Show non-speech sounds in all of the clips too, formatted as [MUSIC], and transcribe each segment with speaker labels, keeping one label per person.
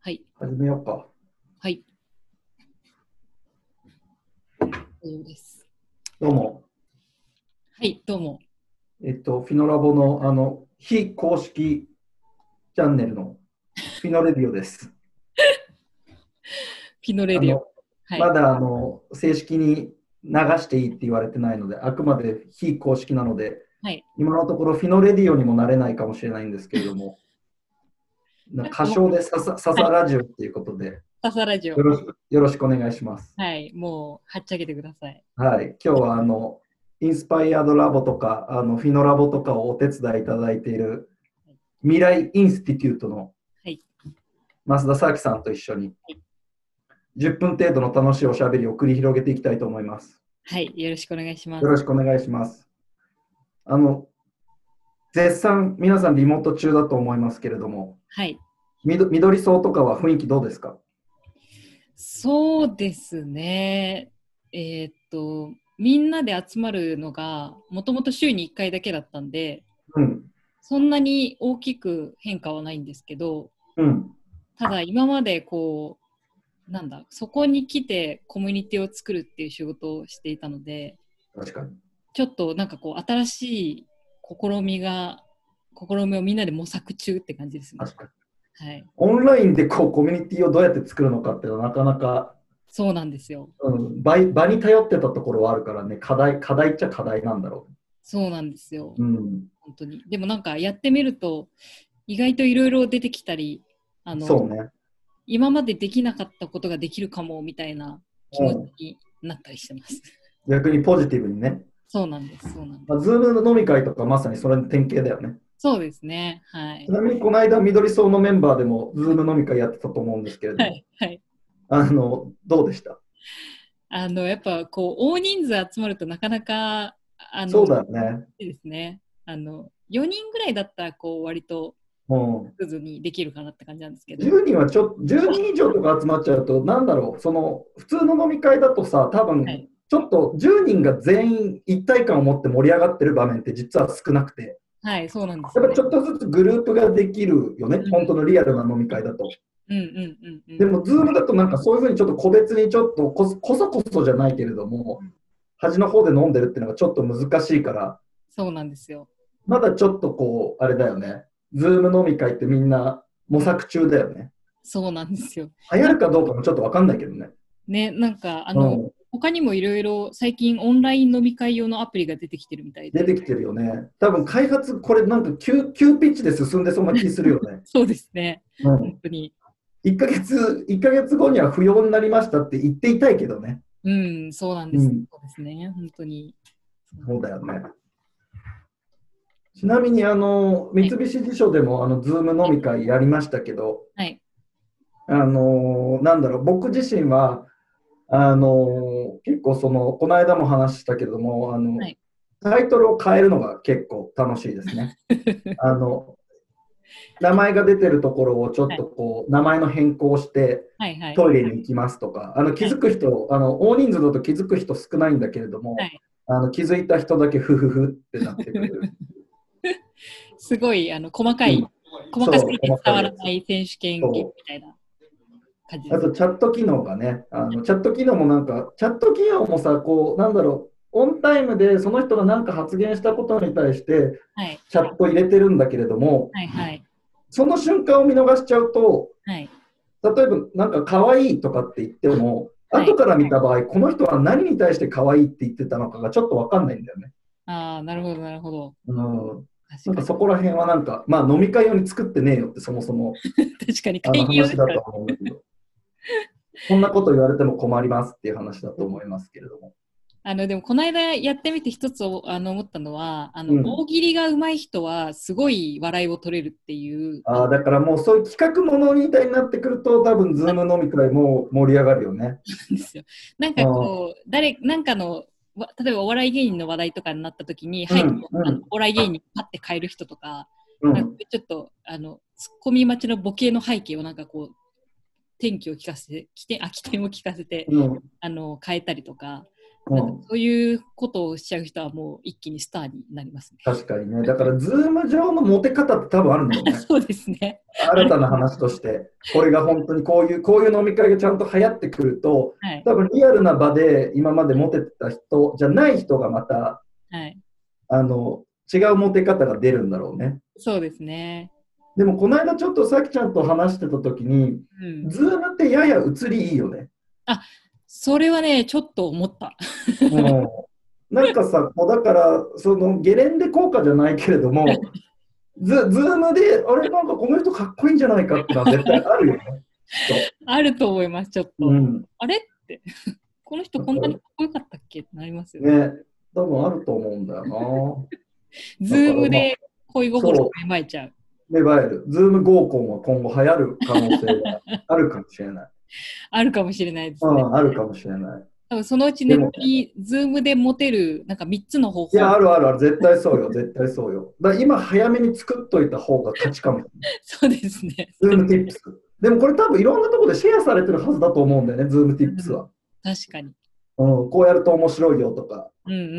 Speaker 1: はい。
Speaker 2: 始めようか。
Speaker 1: はい。大丈夫です。
Speaker 2: どうも。
Speaker 1: はい、どうも。
Speaker 2: えっと、フィノラボの、あの、非公式チャンネルのフィノレディオです。
Speaker 1: ピノレディオ。
Speaker 2: あ
Speaker 1: はい。
Speaker 2: のまだ、あの、正式に流していいって言われてないので、あくまで非公式なので、
Speaker 1: はい
Speaker 2: 今のところフィノレディオにもなれないかもしれないんですけれども、
Speaker 1: [LAUGHS]
Speaker 2: な歌唱でささささラジオっていうことで、
Speaker 1: ササラジオ
Speaker 2: よ。ろしくよろしくお願いします。
Speaker 1: はい。もう、はっちゃけてください。
Speaker 2: はい、今日はあのインスパイアドラボとかあのフィノラボとかをお手伝いいただいている未来インスティテュートの
Speaker 1: はい
Speaker 2: 増田沙樹さんと一緒に
Speaker 1: はい
Speaker 2: 10分程度の楽しいおしゃべりを繰り広げていきたいと思います。
Speaker 1: はい。よろしくお願いします
Speaker 2: よ。ろしくお願いします。あの絶賛皆さんリモート中だと思いますけれども、
Speaker 1: はい。
Speaker 2: みど緑層とかは雰囲気どうですか
Speaker 1: そうですね。えーっと、みんなで集まるのが、もともと週に1回だけだったんで、
Speaker 2: うん、
Speaker 1: そんなに大きく変化はないんですけど、
Speaker 2: うん、
Speaker 1: ただ今までこう、なんだ、そこに来てコミュニティを作るっていう仕事をしていたので、
Speaker 2: 確かに。
Speaker 1: ちょっとなんかこう新しい試みが試みをみんなで模索中って感じですね。
Speaker 2: 確かに
Speaker 1: はい、
Speaker 2: オンラインでこうコミュニティをどうやって作るのかっていうのはなかなか
Speaker 1: そうなんですよ。
Speaker 2: うん、場場に頼ってたところはあるからね、課題課題っちゃ課題なんだろ
Speaker 1: そうなんですよ
Speaker 2: う。。うん、
Speaker 1: 本当に。でもなんかやってみると意外といろいろ出てきたり、あ
Speaker 2: そ
Speaker 1: の
Speaker 2: うね、
Speaker 1: 今までできなかったことができるかもみたいな気持ちになったりしてます。
Speaker 2: 逆にポジティブにね、
Speaker 1: そうなんです。そうなんです。
Speaker 2: まあ、ズームの飲み会とかまさにそれの典型だよね。
Speaker 1: そうですね。はい
Speaker 2: ち。なみにこの間、緑層のメンバーでも、ズーム飲み会やってたと思うんですけれど
Speaker 1: は
Speaker 2: も、
Speaker 1: い。はい。
Speaker 2: あのどうでした
Speaker 1: あのやっぱこう大人数集まるとなかなかあの
Speaker 2: そうだよね。
Speaker 1: いいですね。あの4人ぐらいだったらこう割と
Speaker 2: うん
Speaker 1: スムーズにできるかなって感じなんですけど、
Speaker 2: 10人はちょ10人以上とか集まっちゃうと、なんだろう、その普通の飲み会だとさ、多分
Speaker 1: はい
Speaker 2: ちょっと10人が全員一体感を持って盛り上がってる場面って実は少なくて、
Speaker 1: はい、そうなんです
Speaker 2: やっ
Speaker 1: よ、
Speaker 2: ぱ
Speaker 1: ね
Speaker 2: ち。ょっとずつグループができるよね
Speaker 1: うん、
Speaker 2: 本当のリアルな飲み会だと。
Speaker 1: うんうんうんうん。
Speaker 2: でも、ズームだとなんかそういうふうにちょっと個別にちょっとこそこそこそじゃないけれども
Speaker 1: うん、
Speaker 2: 端の方で飲んでるっていうのがちょっと難しいから、
Speaker 1: そうなんですよ。
Speaker 2: まだちょっとこう、あれだよね、ズーム飲み会ってみんな模索中だよね。
Speaker 1: そうなんですよ。
Speaker 2: 流行るかどうかもちょっとわかんないけどね。
Speaker 1: ね、なんかあ
Speaker 2: う
Speaker 1: の、
Speaker 2: ん、
Speaker 1: 他にもいろいろ最近オンライン飲み会用のアプリが出てきてるみたいで。
Speaker 2: 出てきてるよね。多分開発、これなんか急急ピッチで進んでそうな気するよね。
Speaker 1: そうですね。
Speaker 2: うん、
Speaker 1: 本当に。
Speaker 2: 1ヶ月、1ヶ月後には不要になりましたって言っていたいけどね。
Speaker 1: うん、そうなんです。
Speaker 2: うん
Speaker 1: そうですね。本当に。
Speaker 2: そうだよね。ちなみにあの三菱地所でもあの Zoom 飲み会やりましたけど、
Speaker 1: はい。
Speaker 2: あのなんだろう僕自身はあの結構そのこの間も話したけどもあの、
Speaker 1: はい
Speaker 2: タイトルを変えるのが結構楽しいです
Speaker 1: [LAUGHS]
Speaker 2: ね。あの名前が出てるところをちょっとこう、名前の変更して
Speaker 1: はいはい。
Speaker 2: トイレに行きますとか、あの気づく人、あの大人数だと気づく人少ないんだけれども、
Speaker 1: はい
Speaker 2: あの気づいた人だけフフフってなってく
Speaker 1: [LAUGHS]
Speaker 2: る。
Speaker 1: すごいあの細かい、
Speaker 2: うん
Speaker 1: 細かすぎて
Speaker 2: そう
Speaker 1: 伝わらない選手権
Speaker 2: そう
Speaker 1: みたいな感じで
Speaker 2: あ
Speaker 1: す。
Speaker 2: とチャット機能がね、あのチャット機能もなんか、チャット機能もさ、こう、なんだろう、オンタイムでその人が何か発言したことに対して、
Speaker 1: はい。
Speaker 2: チャット入れてるんだけれども、
Speaker 1: はいはい。
Speaker 2: その瞬間を見逃しちゃうと、
Speaker 1: はい。
Speaker 2: 例えば、なんか、可愛いとかって言っても、
Speaker 1: はい
Speaker 2: 後から見た場合、この人は何に対して可愛いって言ってたのかがちょっとわかんないんだよね。
Speaker 1: ああ、なるほど、なるほど。
Speaker 2: うん、な
Speaker 1: 確
Speaker 2: ん
Speaker 1: か
Speaker 2: か
Speaker 1: に
Speaker 2: そこら辺はなんか、まあ飲み会用に作ってねえよってそもそも
Speaker 1: [LAUGHS] 確かに
Speaker 2: あの
Speaker 1: 会議用で
Speaker 2: 話
Speaker 1: す
Speaker 2: だ
Speaker 1: から
Speaker 2: と思うんだ [LAUGHS] けど、そんなこと言われても困りますっていう話だと思いますけれども。
Speaker 1: あのでもこの間やってみて一つおあの思ったのはあの、
Speaker 2: うん
Speaker 1: 大喜利が上手い人はすごい笑いを取れるっていう
Speaker 2: ああだからもうそういう企画ものみたいになってくると、多分ズーム飲み会も盛り上がるよね。
Speaker 1: んですよ。なんかこう誰なんかのわ例えばお笑い芸人の話題とかになった時に、
Speaker 2: うん
Speaker 1: はい、
Speaker 2: うん
Speaker 1: あのお笑い芸人にパッて変える人とか,、
Speaker 2: う
Speaker 1: なん
Speaker 2: ん、
Speaker 1: かちょっとあのツッコミ待ちのボケの背景をなんかこう天気を聞かせて起点あ起点を聞かせて
Speaker 2: うん、
Speaker 1: あの変えたりとか
Speaker 2: うん、
Speaker 1: そういうことをしちゃう人はもう一気にスターになりますね。
Speaker 2: 確かにね。だから、ズーム上のモテ方って多分あるんだよ [LAUGHS] ね。
Speaker 1: そうですね。
Speaker 2: 新たな話として。これが本当にこういう、こういう飲み会がちゃんと流行ってくると、
Speaker 1: はい。
Speaker 2: 多分リアルな場で今までモテてた人じゃない人がまた、
Speaker 1: はい。
Speaker 2: あの、違うモテ方が出るんだろうね。
Speaker 1: そうですね。
Speaker 2: でも、この間ちょっとさきちゃんと話してた時に、
Speaker 1: うん。
Speaker 2: ズームってやや移りいいよね。
Speaker 1: それはね、ちょっと思った。 [LAUGHS]
Speaker 2: うん、なんかさ、こうだから、そのゲレンデ効果じゃないけれども、ズズームで、あれ、なんかこの人かっこいいんじゃないかってのは絶対あるよね。
Speaker 1: あると思います、ちょっと。
Speaker 2: うん、
Speaker 1: あれって。この人こんなにかっこよかったっけってなりますよね。
Speaker 2: ね、多分あると思うんだよ
Speaker 1: ズームで恋心を芽生えちゃう。
Speaker 2: な。芽生える。ズーム合コンは今後流行る可能性があるかもしれない。
Speaker 1: あるかもしれないです
Speaker 2: う
Speaker 1: ね。
Speaker 2: ん、あるかもしれない。
Speaker 1: 多分そのうちネットに、ズームでモテる、なんか3つの方
Speaker 2: い
Speaker 1: 法。
Speaker 2: や、あるあるある。絶対そうよ。絶対そうよ。だから今早めに作っといた方が勝ちかもしれない。
Speaker 1: そうですね。
Speaker 2: ズーム Tips。でもこれ多分いろんなところでシェアされてるはずだと思うんだよね、ズーム Tips は。
Speaker 1: 確かに。
Speaker 2: うん、こうやると面白いよとか、
Speaker 1: うんうんうんう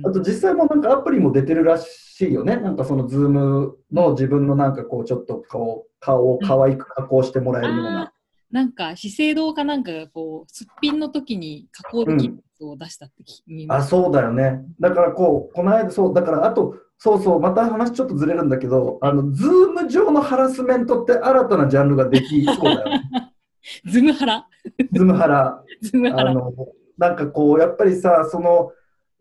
Speaker 1: ん
Speaker 2: あ
Speaker 1: うん。
Speaker 2: と実際もなんかアプリも出てるらしいよね、なんかその Zoom の自分のなんかこう、ちょっと顔顔を可愛く加工してもらえるよう
Speaker 1: あ
Speaker 2: な、
Speaker 1: ーなんか資生堂かなんかがこうすっぴんの時に加工できるやつを出したって聞見
Speaker 2: あ
Speaker 1: ます。
Speaker 2: そうだよね、だからこう、この間、そう、だからあと、そうそう、また話ちょっとずれるんだけど、あの Zoom 上のハラスメントって新たなジャンルができそうだよね、
Speaker 1: ズムハラ
Speaker 2: Zoom ハラ。
Speaker 1: ズムハ
Speaker 2: あ
Speaker 1: ラ。
Speaker 2: のなんかこうやっぱりさその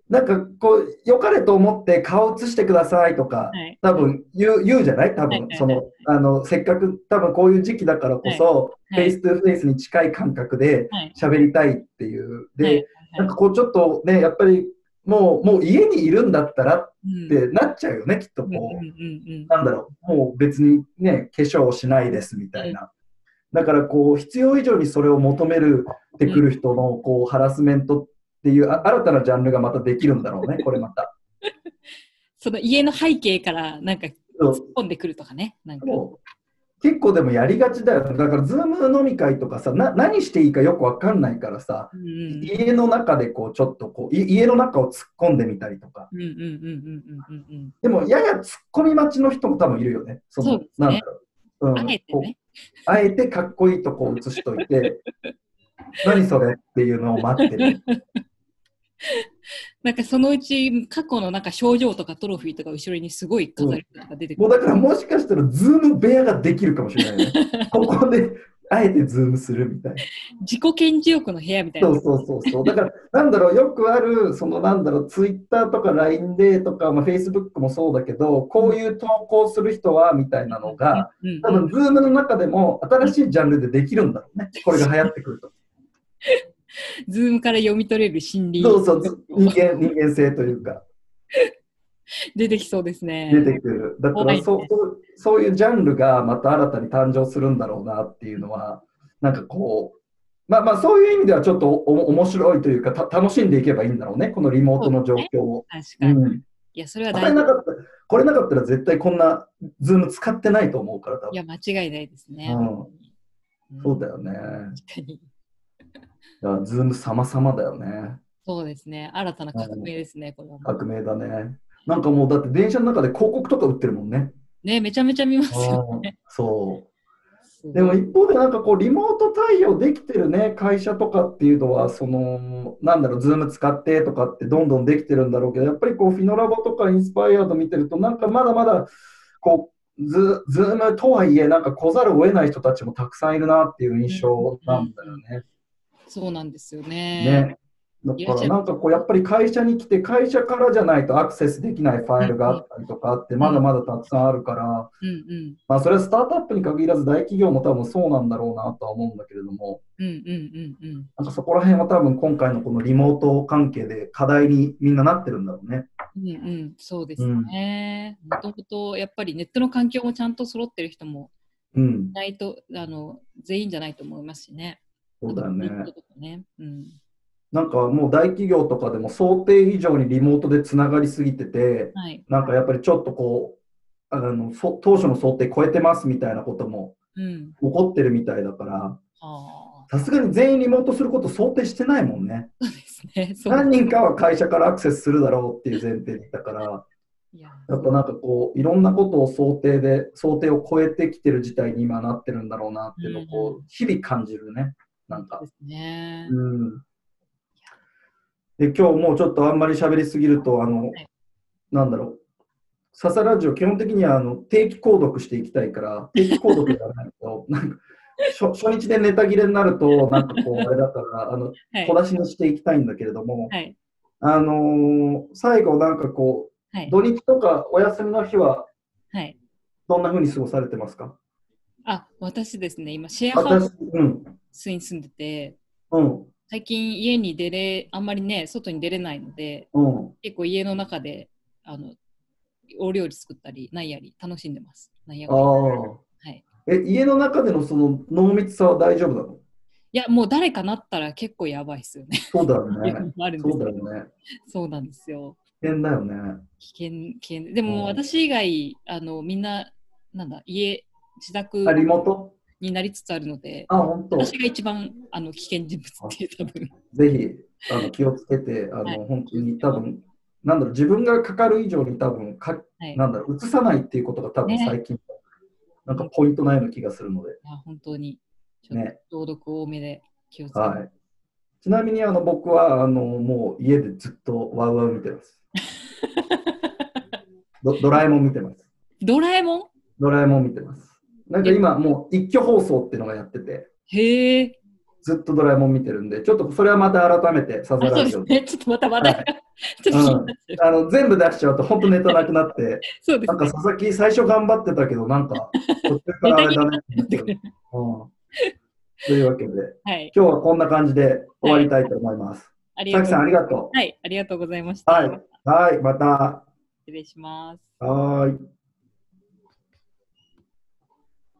Speaker 2: なんかこう良かれと思って顔写してくださいとか、
Speaker 1: はい
Speaker 2: 多分言う言うじゃない多
Speaker 1: はいは
Speaker 2: 分
Speaker 1: い
Speaker 2: そのあのせっかく多分こういう時期だからこそ、
Speaker 1: はいはい
Speaker 2: フェイストゥフェイスに近い感覚で
Speaker 1: はい。
Speaker 2: 喋りたいっていうで、
Speaker 1: はい
Speaker 2: なんかこうちょっとねやっぱりもうもう家にいるんだったらっ
Speaker 1: うん
Speaker 2: てなっちゃうよね、きっとこ
Speaker 1: うん
Speaker 2: う、
Speaker 1: うんうん
Speaker 2: なんだろうもう別にね化粧をしないですみたいな、だからこう必要以上にそれを求めるってくる人のこうハラスメントっていうあ新たなジャンルがまたできるんだろうねこれまた。
Speaker 1: その家の背景からなんか突っ
Speaker 2: そう
Speaker 1: 込んでくるとかね。なんか
Speaker 2: もう結構でもやりがちだよねだからズーム飲み会とかさな何していいかよくわかんないからさ、
Speaker 1: うんうん
Speaker 2: 家の中でこうちょっとこうい家の中を突っ込んでみたりとか
Speaker 1: うんうんうんうんうんうん
Speaker 2: でもやや突っ込み待ちの人も多分いるよねその
Speaker 1: そうですね
Speaker 2: なんだろう、う
Speaker 1: うん。あえて
Speaker 2: こう
Speaker 1: ね。
Speaker 2: あえてかっこいいとこを映しといて、 [LAUGHS] 何それっていうのを待ってる。
Speaker 1: なんかそのうち過去のなんか賞状とかトロフィーとか後ろにすごい飾りとか出てく
Speaker 2: も
Speaker 1: る。
Speaker 2: うだからもしかしたら、ズーム部屋ができるかもしれな
Speaker 1: [LAUGHS]
Speaker 2: いね。ここで、あえてズームするみたいな。
Speaker 1: 自己顕示欲の部屋みたいな。
Speaker 2: そうそうそうそう。だから、なんだろう、よくある、そのなんだろう、ツイッターとか LINE でとか、まあ、Facebook もそうだけど、こういう投稿する人は、みたいなのが、
Speaker 1: うんうんうん
Speaker 2: 多分、ズームの中でも新しいジャンルでできるんだろうね。これが流行ってくると。
Speaker 1: ズームから読み取れる心理
Speaker 2: そうそう、ず人間、人間性というか。
Speaker 1: 出てきそうですね。
Speaker 2: 出てくる。だか
Speaker 1: 怖い
Speaker 2: ら
Speaker 1: ね
Speaker 2: そう、そうそういうジャンルがまた新たに誕生するんだろうなっていうのは、なんかこう、まあまあそういう意味ではちょっとおお面白いというかた、楽しんでいけばいいんだろうね、このリモートの状況を。
Speaker 1: 確
Speaker 2: う
Speaker 1: かに。
Speaker 2: ん、
Speaker 1: いや、それは
Speaker 2: こ
Speaker 1: 大
Speaker 2: れ
Speaker 1: 事。
Speaker 2: なかったこれなかったら絶対こんなズーム使ってないと思うから、多
Speaker 1: い
Speaker 2: 分
Speaker 1: や、間違いないですね。うん
Speaker 2: そうだよね。
Speaker 1: 確かに。
Speaker 2: いやズーム様々だよね。
Speaker 1: そうですね。新たな革命ですね、これはもう。
Speaker 2: 革命だね。なんかもうだって電車の中で広告とか売ってるもんね。
Speaker 1: ね、めちゃめちゃ見ますよ。
Speaker 2: うんそう。
Speaker 1: すごい
Speaker 2: でも、一方で、なんかこう、リモート対応できてるね、会社とかっていうのは、その、なんだろう、ズーム使ってとかってどんどんできてるんだろうけど、やっぱりこう、フィノラボとかインスパイアード見てると、なんかまだまだ、こう、ズズームとはいえ、なんか来ざるを得ない人たちもたくさんいるなっていう印象なんだよね。
Speaker 1: そうなんですよね。
Speaker 2: ね。だから、なんかこう、やっぱり会社に来て、会社からじゃないとアクセスできないファイルがあったりとかあって、まだまだたくさんあるから、
Speaker 1: うん
Speaker 2: まあ、それはスタートアップに限らず、大企業も多分そうなんだろうなとは思うんだけれども、
Speaker 1: うん。うんうんうんうん。
Speaker 2: なんかそこら辺は多分今回のこのリモート関係で課題にみんななってるんだろうね。
Speaker 1: うんうん、そうですね。もともとやっぱりネットの環境もちゃんと揃ってる人も
Speaker 2: うん
Speaker 1: い、ないとあの全員じゃないと思いますしね。
Speaker 2: そうだよね。
Speaker 1: とかねうん、
Speaker 2: なんかもう大企業とかでも想定以上にリモートでつながりすぎてて、
Speaker 1: はい。
Speaker 2: なんかやっぱりちょっとこう、あのそ当初の想定超えてますみたいなことも
Speaker 1: うん。
Speaker 2: 起こってるみたいだから、
Speaker 1: ああ、
Speaker 2: さすがに全員リモートすること想定してないもんね。
Speaker 1: そうですね。そう
Speaker 2: 何人かは会社からアクセスするだろうっていう前提だから、
Speaker 1: いや
Speaker 2: やっぱなんかこう、いろんなことを想定で、想定を超えてきてる事態に今なってるんだろうなっていうのをこう、日々感じるね。なんか
Speaker 1: で。すね。
Speaker 2: うんで今日もうちょっとあんまり喋りすぎると、あの、
Speaker 1: はい
Speaker 2: なんだろう、笹ラジオ、基本的にはあの定期購読していきたい [LAUGHS] から、定期購読じゃないと、なんか初初日でネタ切れになると、なんか [LAUGHS] こう、あれだから、あの
Speaker 1: はい
Speaker 2: 小。出しにしていきたいんだけれども、
Speaker 1: はい。
Speaker 2: あのー最後、なんかこ
Speaker 1: は
Speaker 2: う、
Speaker 1: い。
Speaker 2: 土日とかお休みの日は、
Speaker 1: はい。
Speaker 2: どんな風に過ごされてますか
Speaker 1: あ、私ですね、今、シェアハウ
Speaker 2: 私、うん、
Speaker 1: スに住んでて、
Speaker 2: うん、
Speaker 1: 最近家に出れ、あんまりね、外に出れないので、
Speaker 2: うん。
Speaker 1: 結構家の中で、あの、お料理作ったり、なんやり、楽しんでます。なんや
Speaker 2: あ
Speaker 1: かんや
Speaker 2: あ。
Speaker 1: はい
Speaker 2: え、家の中でのその濃密さは大丈夫なの
Speaker 1: いや、もう誰かなったら結構やばいっすよね。
Speaker 2: そうだよ
Speaker 1: っていう
Speaker 2: ね
Speaker 1: の。もあるんで
Speaker 2: そう
Speaker 1: すけ
Speaker 2: だ
Speaker 1: ど
Speaker 2: よね。
Speaker 1: そうなんですよ。
Speaker 2: 危険だよね。
Speaker 1: 危険、危険。で
Speaker 2: うん
Speaker 1: も、私以外、あの、みんな、なんだ、家、自宅
Speaker 2: あ、リモート
Speaker 1: になりつつあるので、
Speaker 2: あ、本当。
Speaker 1: 私が一番あの危険人物っていう多分
Speaker 2: ぜひあの気をつけて、あの、
Speaker 1: はい
Speaker 2: 本当に多分、なんだろう、自分がかかる以上に多分か、
Speaker 1: はい
Speaker 2: なんだろう、移さないっていうことが多分
Speaker 1: ね
Speaker 2: 最近、なんかポイントないような気がするので、
Speaker 1: いや本当にちょっ
Speaker 2: ね。
Speaker 1: と消毒多めで気をつけて、
Speaker 2: はい。ちなみにあの僕はあのもう家でずっとワウワウ見
Speaker 1: [LAUGHS]
Speaker 2: てます。ドドラえもん見てます。
Speaker 1: ドラえも
Speaker 2: ドラえもん見てます。なんか今もう一挙放送っていうのがやってて、
Speaker 1: んへえ
Speaker 2: ずっとドラえもん見てるんで、ちょっとそれはまた改めてサザ
Speaker 1: あそう
Speaker 2: ラ
Speaker 1: で
Speaker 2: ジ
Speaker 1: す
Speaker 2: オで。
Speaker 1: ね [LAUGHS] ちょっとまた話題が、ちょっと気になっちゃう、
Speaker 2: あの全部出しちゃうと本当ネタなく
Speaker 1: [LAUGHS]
Speaker 2: なって、
Speaker 1: そうで
Speaker 2: な
Speaker 1: す
Speaker 2: んか
Speaker 1: ね
Speaker 2: 佐々木最初頑張ってたけど、なんか途中からあれだねっ
Speaker 1: [LAUGHS] 出て
Speaker 2: てなってく
Speaker 1: くる
Speaker 2: る。うんというわけで、
Speaker 1: はい
Speaker 2: 今日はこんな感じで終わりたいと思います。
Speaker 1: あり
Speaker 2: 佐々
Speaker 1: が
Speaker 2: 木
Speaker 1: と
Speaker 2: さん、
Speaker 1: う
Speaker 2: ありがと
Speaker 1: はいありがとうございまし
Speaker 2: う。
Speaker 1: た、
Speaker 2: はい。はい、また。
Speaker 1: 失礼します
Speaker 2: はーい。